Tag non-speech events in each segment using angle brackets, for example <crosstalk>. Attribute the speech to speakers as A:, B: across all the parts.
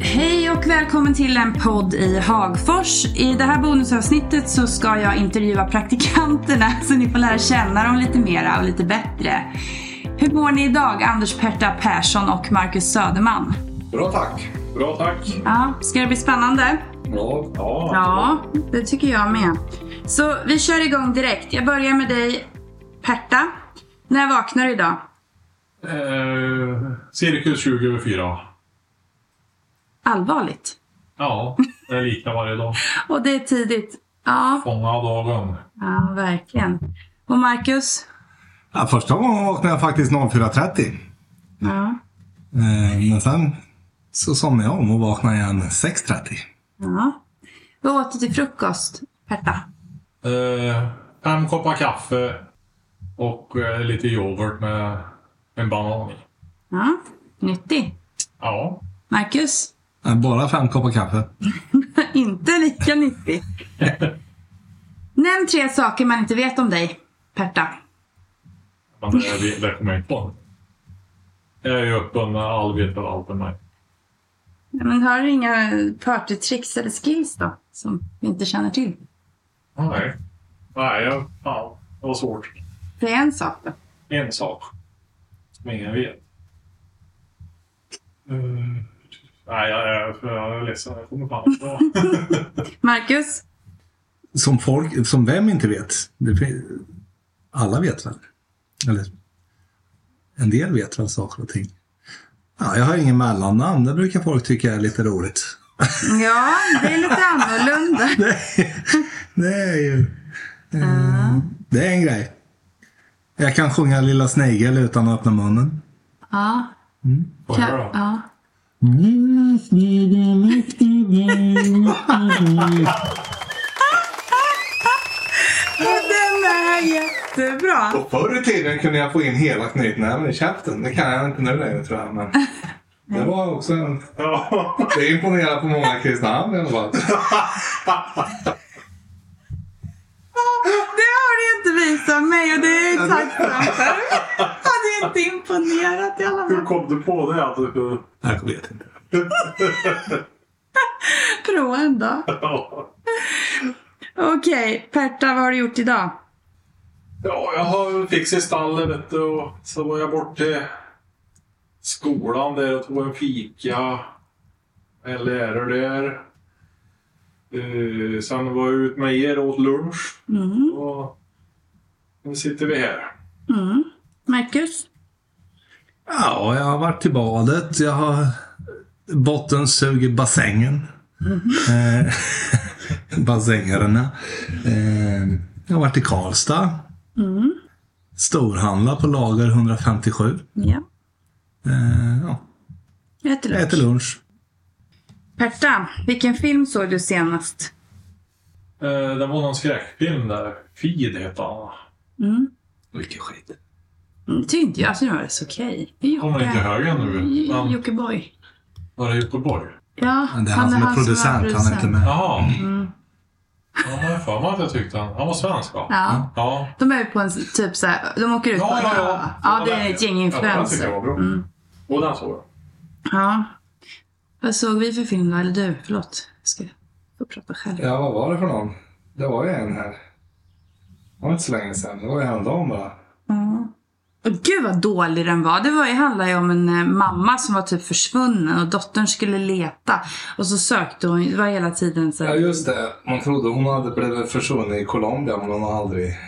A: Hej och välkommen till en podd i Hagfors. I det här bonusavsnittet så ska jag intervjua praktikanterna så ni får lära känna dem lite mera och lite bättre. Hur mår ni idag, Anders Perta Persson och Marcus Söderman?
B: Bra tack.
C: Bra tack.
A: Ja, ska det bli spännande?
B: Ja.
C: Ja.
A: Ja, det tycker jag med. Så vi kör igång direkt. Jag börjar med dig, Perta. När vaknar du idag?
C: Eh, cirkus 20 över 4.
A: Allvarligt.
C: Ja, det är lika varje dag.
A: Och det är tidigt. Ja,
C: Fånga av dagen.
A: ja verkligen. Och Marcus?
D: Ja, första gången vaknade jag faktiskt 04.30.
A: Ja.
D: Eh, Men sen så somnade jag om och vaknade igen 6.30.
A: ja. Vad åt du till frukost, Perta?
C: Eh, fem koppar kaffe och eh, lite yoghurt med en banan i.
A: Ja, nyttig.
C: Ja.
A: Marcus? <laughs>
D: Eh, Bara fem koppar kaffe.
A: Inte lika <laughs> nyttig. Nämn tre saker man inte vet om dig, Perta.
C: Men det, det kommer jag inte på. Jag är ju öppen med all vet väl allt om mig.
A: Ja, Men har du inga partytricks eller skills då, som vi inte känner till?
C: Nej. Nej, jag, fan. Det var svårt.
A: Det är en sak då.
C: En sak. Som ingen vet. Eh, nej, jag, jag, jag är ledsen. Jag kommer på annat bra.
A: Marcus?
D: Som folk, som vem inte vet. Det, fin- alla vet väl? Eller en del vet väl saker och ting. Ja, jag har ingen mellannamn. Det brukar folk tycka är lite roligt.
A: Ja, det är lite annorlunda.
D: Det, det är ju... eh, Det är en grej. Jag kan sjunga Lilla Snigel utan att öppna munnen.
A: Ja,
C: <laughs> Vad gör
A: kan,
C: jag?
A: ja. Den är jättebra.
D: Och förr i tiden kunde jag få in hela knytnäven i käften. Det kan jag inte nu längre tror jag. <laughs> Men det var också en...
C: Ja.
D: Det imponerar på många i Kristinehamn i alla fall.
A: Det har du inte visat mig och det är jag tacksam för. Hade inte imponerat i alla
C: Hur
A: fall.
C: kom du på det? Att du kunde...
D: Jag vet inte.
A: Prova en dag.
C: Ja.
A: Okej, Perta, vad har du gjort idag?
C: Ja, jag har fixat i stallet vet du, och så var jag bort till skolan där och tog en fika. En lärare där. Eh, sen var jag ut med er och åt lunch.
A: Mm.
C: Och nu sitter vi här.
A: Mm. Marcus?
D: Ja, jag har varit till badet. Jag har bottensug i bassängen. Eh, <laughs> Bassängerna. Eh, jag har varit i Karlstad.
A: Mm.
D: Storhandla på lager 157.
A: Ja.
D: Eh, ja.
A: Jag äter
D: Jag äter
A: lunch.
D: lunch.
A: Perta, vilken film såg du senast?
C: Eh, det var någon skräckfilm där. Feed hette han.
A: Mm.
D: Vilken skit.
A: Mm, Tyckte inte jag, alltså det var rätt okej. Mm, Det är
C: Kommer inte
A: Jocke-
C: ihåg nu.
A: J-
C: Men
A: Jocke Boy.
C: var det Göteborg?
A: Ja,
D: Det är han som är
A: var
D: producent. Han är inte med.
C: Jaha.
A: Mm.
C: Ja, men jag har för mig att jag tyckte han. Han var svensk va?
A: Ja.
C: Ja.
A: De är ju på en s- typ så här, de åker ut på
C: Ja,
A: en
C: ja,
A: ö.
C: ja.
A: ja, det är ett gäng
C: Ja, den tyckte jag
A: influenser.
C: var bra.
A: Mm.
C: Och den
A: <laughs>
C: såg jag.
A: Ja. Vad såg vi för film då? Eller du, förlåt. Jag ska få prata själv.
D: Ja, vad var det för någon? Det var ju en här. Det var inte så länge sedan. Det var ju häromdagen bara.
A: Ja. Och gud vad dålig den var. Det var, ju- handlade ju om en eh, mamma som var typ försvunnen och dottern skulle leta. Och så sökte hon, det var hela tiden så
D: Ja,
A: här,
D: just det. Man trodde hon hade blivit försvunnen i Colombia, men hon har aldrig...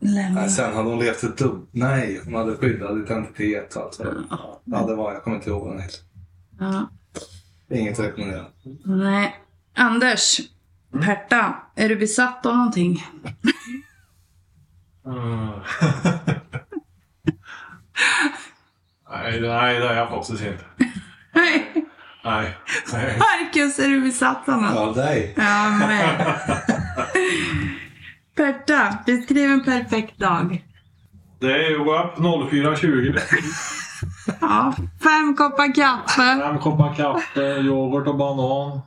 A: lämna.
D: Nej, sen hade hon levt ett dubb... Nej, hon hade skyddad identitet och allt vad det var. Ja, det var... Jag kommer inte ihåg vad den hette.
A: Ja.
D: Inget rekommenderat.
A: Nej. Anders,
D: Mm.
A: Perta, är du besatt av någonting?
C: Mm. nej, det- nej, det är jag faktiskt inte.
A: Nej. <laughs>
C: Nej. nej.
A: Marcus, är du besatt av något?
D: Ja, dig.
A: Ja,
D: <laughs>
A: men. Perta, beskriv en perfekt dag.
C: Det är ju upp 04.20.
A: Ja, fem koppar kaffe.
C: Fem koppar kaffe, yoghurt och banan.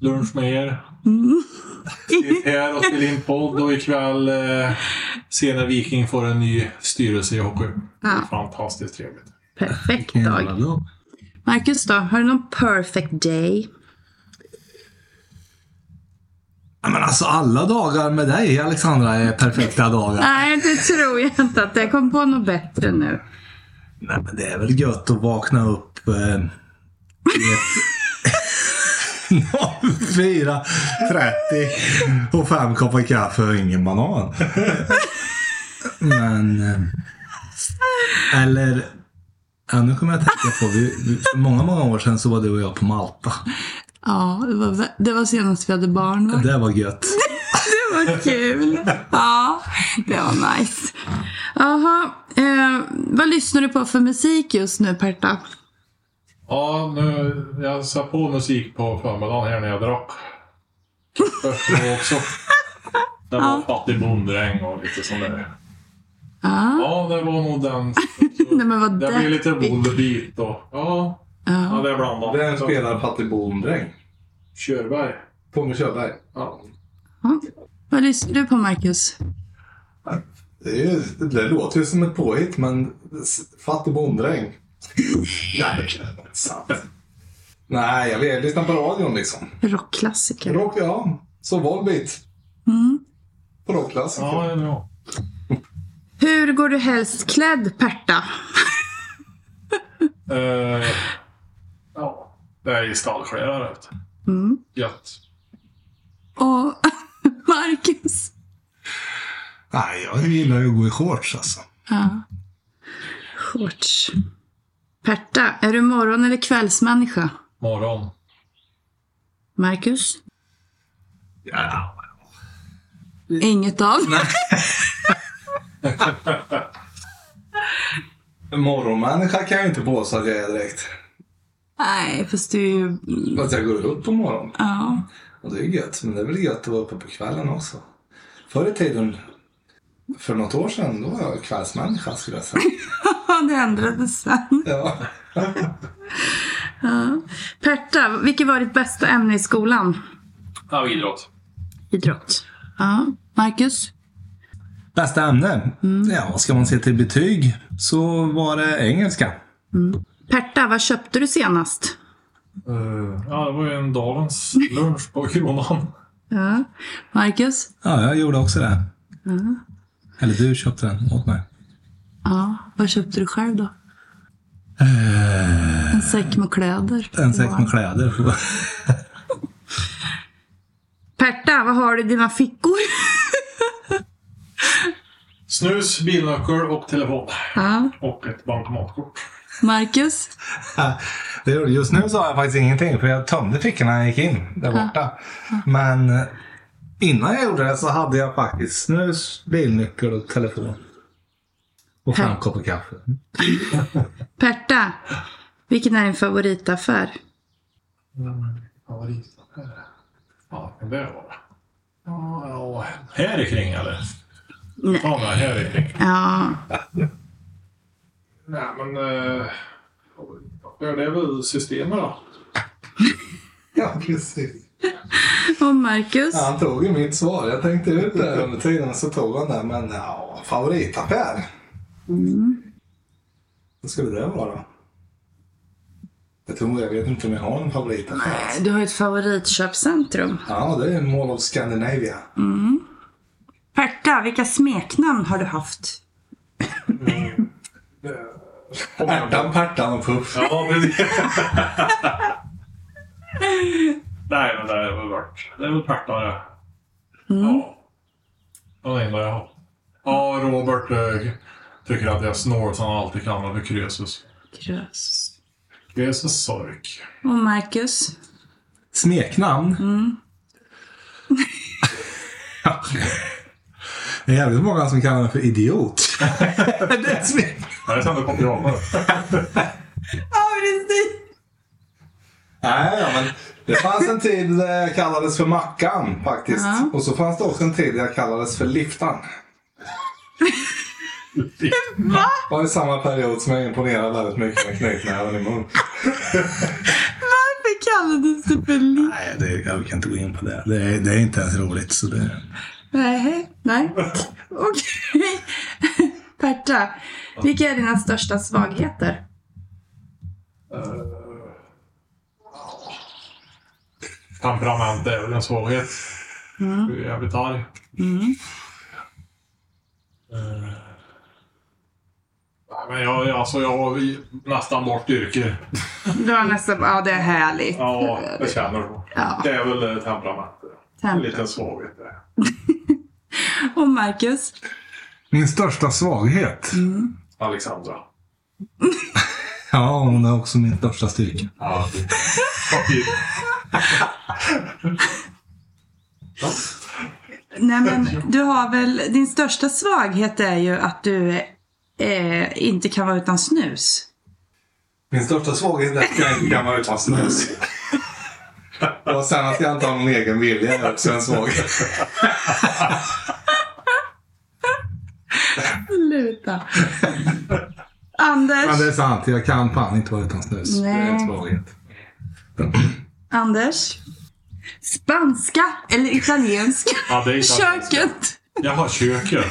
C: Lunch med er.
A: Mm.
C: Sitt här och spelar in podd och ikväll eh, senare Viking får en ny styrelse i hockey. Det är
A: Ja.
C: Fantastiskt trevligt.
A: Perfekt dag. Marcus då, har du någon perfect day?
D: Ja, Men alltså alla dagar med dig Alexandra är perfekta dagar.
A: Nej, det tror jag inte att jag kom på något bättre nu.
D: Nej men det är väl gött att vakna upp eh, i ett 04, 30 <laughs> och fem koppar kaffe och ingen banan. Men... eh, Eller... Ja, nu kommer jag att tänka på, vi, vi, för många, många år sedan så var du och jag på Malta.
A: Ja, det var, det var senast vi hade barn va?
D: Det var gött.
A: Det var kul. Ja, det var nice. Jaha, eh, vad lyssnar du på för musik just nu Perta?
C: Ja, nu, jag satte på musik på förmiddagen här när jag drack. Först då också. Det var fattig bonddräng och lite sånt där.
A: Ja,
C: Ja, det var nog den.
A: nej men vad
C: Det blir lite
A: deppigt.
C: bondebeat och... Ja, ja
A: Ja.
C: det är blandat.
B: Vem spelar Patti Bondräng?
C: Körberg.
B: Tommy Körberg.
C: Ja.
A: Ja. Vad lyssnar du på Marcus?
B: Det, är ju, det låter ju som ett påhitt, men s- Fattig Bonddräng. <laughs> Nej, sant. Nej, jag vet. Lyssna på radion liksom.
A: Rockklassiker.
B: Rock, ja. Så Volbeat.
A: Mm.
B: På rockklassiker.
C: Ja, det är bra.
A: Hur går du helst klädd Perta?
C: Eh, ja, det är i stallkläder. vet du.
A: Mm.
C: Gött.
A: Och <laughs> Marcus?
D: Nej, jag gillar ju att gå i shorts alltså.
A: Ja. Shorts. Perta, är du morgon eller kvällsmänniska?
C: Morgon.
A: Marcus?
D: Ja,
A: Inget av.
B: En morgonmänniska kan jag ju inte påstå att jag är direkt.
A: Nej, fast du är ju...
B: Att jag går upp på morgonen.
A: Ja.
B: Och det är gött, men det är väl gött att vara uppe på kvällen också. Förr i tiden, för något år sedan, då var jag kvällsmänniska skulle jag säga.
A: Ja, det ändrades sen.
B: Ja.
A: Perta, vilket var ditt bästa ämne i skolan?
C: Ja, idrott.
A: Idrott. Ja. Marcus?
D: Bästa ämne? Ja, ska man se till betyg så var det engelska.
A: Perta, vad köpte du senast?
C: Eh, ja, det var ju en dagens lunch på kronan.
A: Ja. Marcus?
D: Ja, jag gjorde också det. Eller du köpte den åt mig.
A: Ja. Vad köpte du själv då? En säck med kläder.
D: Eh. En säck med kläder. <laughs>
A: Perta, vad har du i dina fickor?
C: Snus, bilnyckel och telefon.
A: Ja.
C: Och ett bankomatkort.
A: Marcus?
D: Det gjorde- Just nu sa jag faktiskt ingenting för jag tömde fickorna när jag gick in där borta. Men eh, innan jag gjorde det så hade jag faktiskt snus, bilnyckel och telefon. Och fem
A: Här.
D: koppar kaffe.
A: Perta, vilken är din favoritaffär?
C: Mm. Favoritaffär? Ja, det var det. Ja, ja. Här i kring eller?
A: Nej.
C: Ja, men här i kring.
A: Ja.
C: Nej, men... eh, ja, det är väl systemet då.
B: ja, precis.
A: Och Marcus?
B: Ja, han tog ju mitt svar. Jag tänkte ut det här under tiden så tog han det. Men ja, favoritaffär. Vad skulle det vara? Jag tror jag vet inte om jag har en favoritaffär.
A: Du har ju ett favoritköpcentrum.
B: Ja, det är Mall of Scandinavia.
A: Perta, vilka smeknamn har du haft?
B: Ärtan, Pärtan och Puff.
C: Ja, precis. <laughs> Nej, men det är väl vart. Det är väl Pärtare. Ja. Det var det enda jag har. Ja, Robert eh, tycker att jag är snål så han alltid kallar mig för Krösus.
A: Krös.
C: Krösus Sork.
A: Och Marcus?
D: Smeknamn?
B: <laughs>
D: det är jävligt många som kallar mig för
B: <laughs>
D: idiot. det är ett smeknamn.
C: Det är sen du kom till Robert.
A: Ja, precis!
B: Nej, ja, men det fanns en tid där jag kallades för Mackan faktiskt.
A: Ja.
B: Och så fanns det också en tid där jag kallades för Liftan. Det var i samma period som jag imponerade väldigt mycket med knytnäven i mun.
A: Varför kallades du för Linn?
D: Nej, det, jag kan inte gå in på det. Det är, det är inte ens roligt. Så det...
A: Nej, nej. Okej. Perta, vilka är dina största svagheter?
C: Temperament är väl en svaghet. Jag blev jävligt arg. Eh.
A: Mm.
C: Nej, Men jag, alltså, jag har ju nästan bort yrke.
A: Du har nästan, ja det är härligt.
C: Ja, det känner du.
A: Ja.
C: Det är väl eh, temperamentet. En
A: Temper.
C: liten svaghet där.
A: Och Marcus?
D: Min största svaghet?
C: Alexandra.
D: Ja, hon är också min största styrka.
C: Ja.
A: Nej men du har väl, din största svaghet är ju att du eh, inte kan vara utan snus.
B: Min största svaghet är att jag inte kan vara utan snus. Och sen att jag inte har någon egen vilja är också en svaghet.
A: Sluta. Anders?
D: Men det är sant, jag kan fan inte vara utan snus. Det är en
A: Nej.
D: svaghet.
A: Anders? Spanska eller italienska?
C: <laughs> Ja, det är italienska.
A: Köket?
C: Jaha, köket.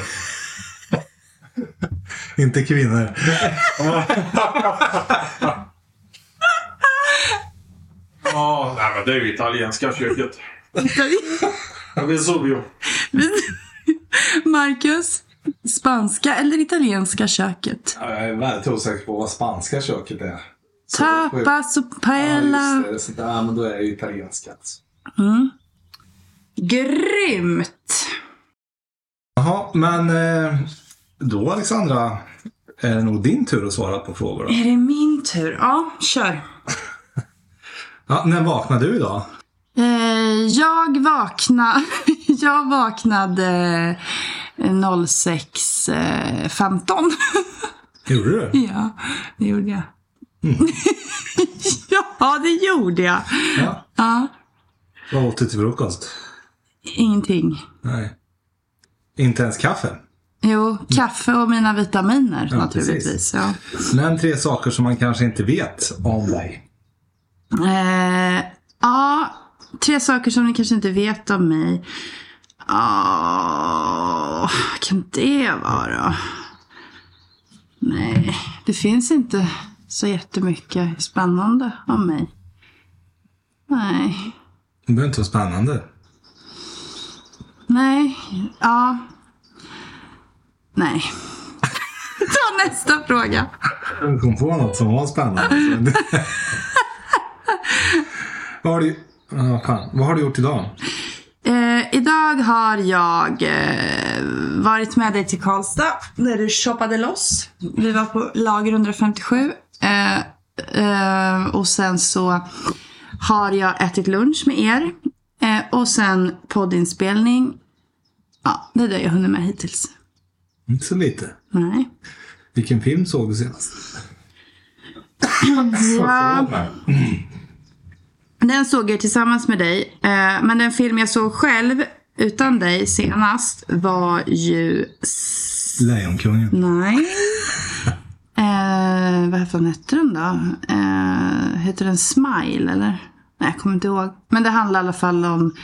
D: Inte kvinnor.
C: Ja, nej, men det är ju italienska köket. Vesuvio.
A: Marcus? Spanska eller italienska köket?
B: Ja, Jag är väldigt osäker på vad spanska köket är.
A: Tapas och paella.
B: Ja, just det. Ja, men då är det ju italienska. Alltså.
A: Grymt!
D: Jaha, men eh, då Alexandra är det nog din tur att svara på frågor. Då.
A: Är det min tur? Ja, kör.
D: Ja, när vaknade du idag?
A: Eh, jag vaknade... <laughs> jag vaknade eh, 06.15.
D: Gjorde du?
A: eh, <laughs> ja, det gjorde jag.
D: Mm.
A: <laughs> ja, det gjorde jag.
D: Ja.
A: Ja,
D: Vad åt du till frukost?
A: ingenting.
D: Nej. Inte ens kaffe?
A: Jo, kaffe och mina vitaminer
D: Ja,
A: naturligtvis.
D: precis.
A: Ja.
D: Nämn tre saker som man kanske inte vet om dig.
A: Eh, ja, tre saker som ni kanske inte vet om mig. Ja, vad kan det vara? Nej, det finns inte så jättemycket spännande om mig. Nej.
D: Det behöver inte vara spännande.
A: Nej. Ja. Nej. <laughs> Ta nästa fråga.
D: Jag kom på något som var spännande. <laughs> vad, har du... ja, fan. vad har du gjort idag?
A: Eh, idag har jag eh, varit med dig till Karlstad där du shoppade loss. Vi var på lager 157. Eh, eh, och sen så har jag ätit lunch med er. Eh, och sen poddinspelning. Ja, det är det jag hunnit med hittills.
D: Inte så lite.
A: Nej.
D: Vilken film såg du senast?
A: Ja, den såg jag tillsammans med dig. Eh, men den film jag såg själv utan dig senast var ju
D: Lejonkungen.
A: Nej. Eh, vad fan hette den då? Eh, heter den Smile eller? Nej, jag kommer inte ihåg. Men det handlar i alla fall om,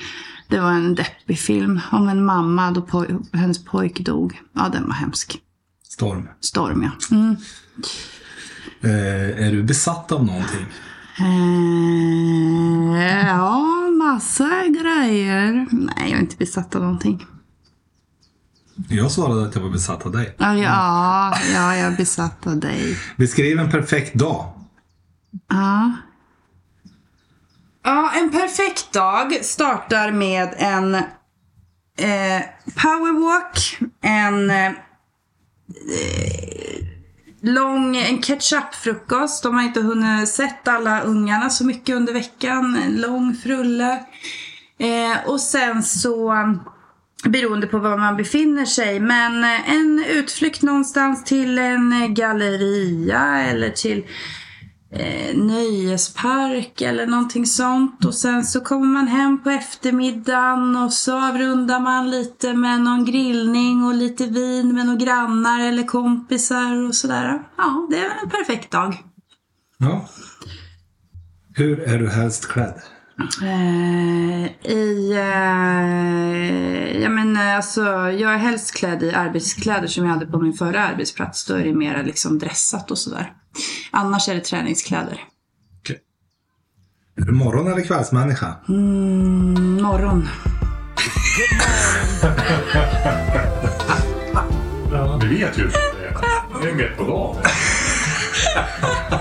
A: det var en deppig film om en mamma då poj- hennes pojk dog. Ja, den var hemsk.
D: Storm.
A: Storm ja. Mm.
D: Eh, är du besatt av någonting?
A: Eh, ja, massa grejer. Nej, jag är inte besatt av någonting.
D: Jag svarade att jag var besatt av dig.
A: Ja, ja, ja jag är besatt av dig.
D: Beskriv en perfekt dag.
A: Ja. Ja, en perfekt dag startar med en eh, powerwalk, en eh, lång en ketchupfrukost. De har inte hunnit sett alla ungarna så mycket under veckan. En lång frulle. Eh, och sen så, beroende på var man befinner sig, men eh, en utflykt någonstans till en eh, galleria eller till eh, nöjespark eller någonting sånt. Och sen så kommer man hem på eftermiddagen och så avrundar man lite med någon grillning och lite vin med några grannar eller kompisar och sådär. Ja, det är väl en perfekt dag.
D: Ja. Hur är du helst klädd?
A: Eh, I, eh, jag menar alltså, jag är helst klädd i arbetskläder som jag hade på min förra arbetsplats. Då är det mera liksom dressat och sådär. Annars är det träningskläder.
D: Mm. Är du morgon eller kvällsmänniska?
A: Mm, morgon.
C: Vi vet ju hur det är. Det är mitt på dagen.
A: <laughs>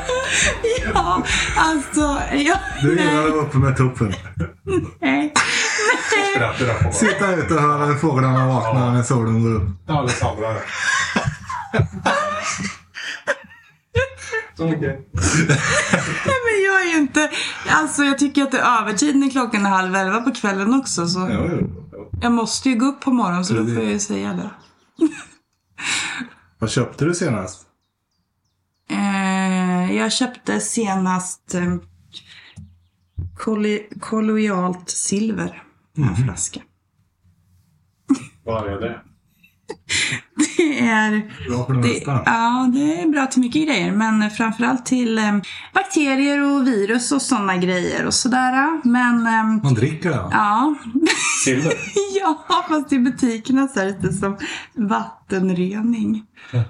A: Ja, alltså. Jag,
D: Du gillar att vara uppe med tuppen.
A: nej.
C: Skrattar där på dagen.
D: Sitta ute och höra hur fåglarna vaknar när solen går upp.
C: Alessandra. Okej.
A: nej, men jag är ju inte. Alltså jag tycker att det är övertid när klockan är halv elva på kvällen också. Så.
B: Jo, jo, jo.
A: Jag måste ju gå upp på morgonen så då får jag ju säga det.
B: Vad köpte du senast?
A: Eh, jag köpte senast eh, kolli- kolloidalt silver. En
D: Mm.
A: flaska.
C: Vad är det?
A: Det är...
D: Bra för det
A: Det,
D: mesta.
A: ja, det är bra till mycket grejer. Men framförallt till eh, bakterier och virus och sådana grejer och sådär. Men ehm,
D: Man dricker det. va?
A: ja.
C: Silver?
A: <laughs> ja, fast i butikerna så är det lite som vattenrening. <laughs>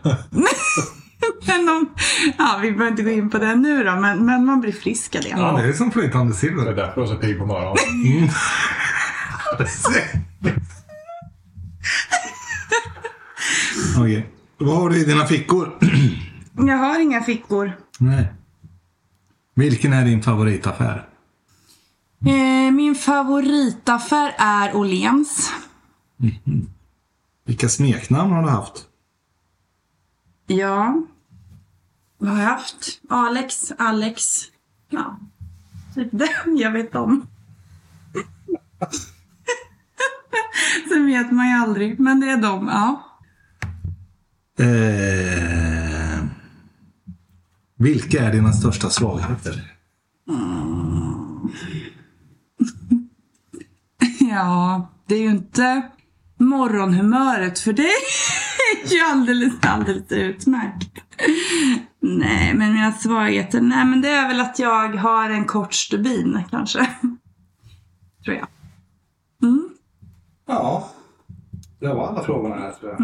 A: men de, ja, vi behöver inte gå in på det nu då, men, men man blir frisk av det.
D: Ja, det är som flytande
C: Det är
D: silver. Mm.
C: därför jag är så pigg på morgonen.
D: <laughs> Okej. Vad har du i dina fickor?
A: Jag har inga fickor.
D: Nej. Vilken är din favoritaffär?
A: Eh, min favoritaffär är Åhléns.
D: Vilka smeknamn har du haft?
A: Ja. Vad har jag haft? Alex, Alex. Ja. Typ den jag vet om. <laughs> Sen vet man ju aldrig, men det är de. Ja.
D: Eh, vilka är dina största svagheter?
A: Ja, det är ju inte morgonhumöret för det är ju alldeles, alldeles utmärkt. Nej, men mina svagheter? Nej, men det är väl att jag har en kort stubin kanske. Tror jag.
B: Ja, det var alla frågorna här tror jag.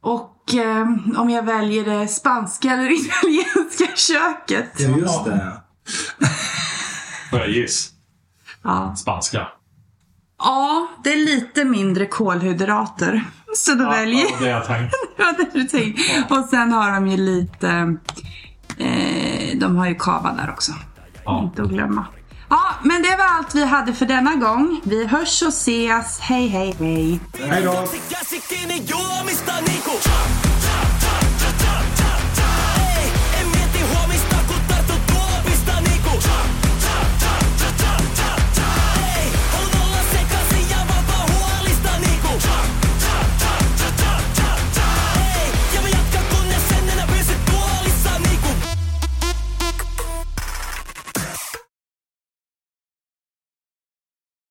A: Och eh, om jag väljer det spanska eller <laughs> italienska köket.
D: Ja, just det.
C: Får jag giss?
A: Ja.
C: Spanska.
A: ja, det är lite mindre kolhydrater. Så då väljer
C: Ja, det jag tänkt.
A: Det var det du tänkte. Och sen har de ju lite... Eh, de har ju kava där också.
C: Ja.
A: Inte att glömma. Ja, men det var allt vi hade för denna gång. Vi hörs och ses. Hej, hej, hej.
D: Hej då!
E: Casi casi tiene yo a mis tanicos.